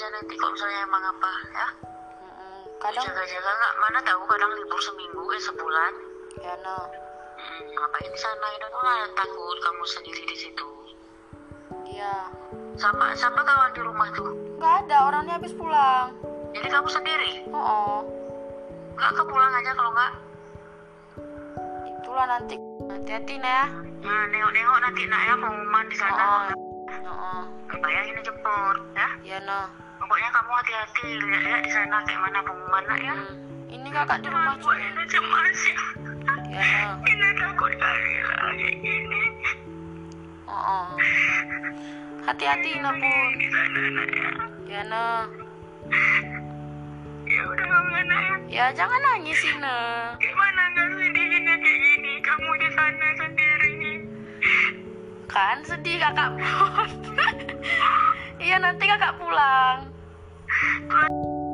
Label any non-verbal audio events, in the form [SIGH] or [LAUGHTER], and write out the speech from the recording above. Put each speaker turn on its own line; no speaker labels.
saya emang apa ya
Mm-mm. kadang
jaga-jaga nggak mana tahu kadang libur seminggu eh sebulan
ya no
Hmm, ngapain di sana itu nggak takut kamu sendiri di situ
iya
sama sama kawan di rumah tuh
nggak ada orangnya habis pulang
jadi kamu sendiri
oh, oh.
nggak ke pulang aja kalau nggak
itulah nanti hati-hati nah
nah, nengok-nengok nanti nak ya pengumuman di sana
oh,
kalau
oh. oh.
nggak bayangin jemput ya
ya no
pokoknya kamu hati-hati lihat-lihat di sana kayak mana pengumuman nak ya
Mm. ini kakak di rumah
Aku
juga
ini cemas ya
ya no
[LAUGHS] ini takut kali lagi ini
oh, oh. hati-hati no pun
di sana nak ya
ya no
ya udah kamu nak ya
ya jangan nangis Ina
gimana nggak sedihin ya kayak gini kamu di sana sendiri
kan sedih kakak [LAUGHS] pun iya nanti kakak pulang
Tuhan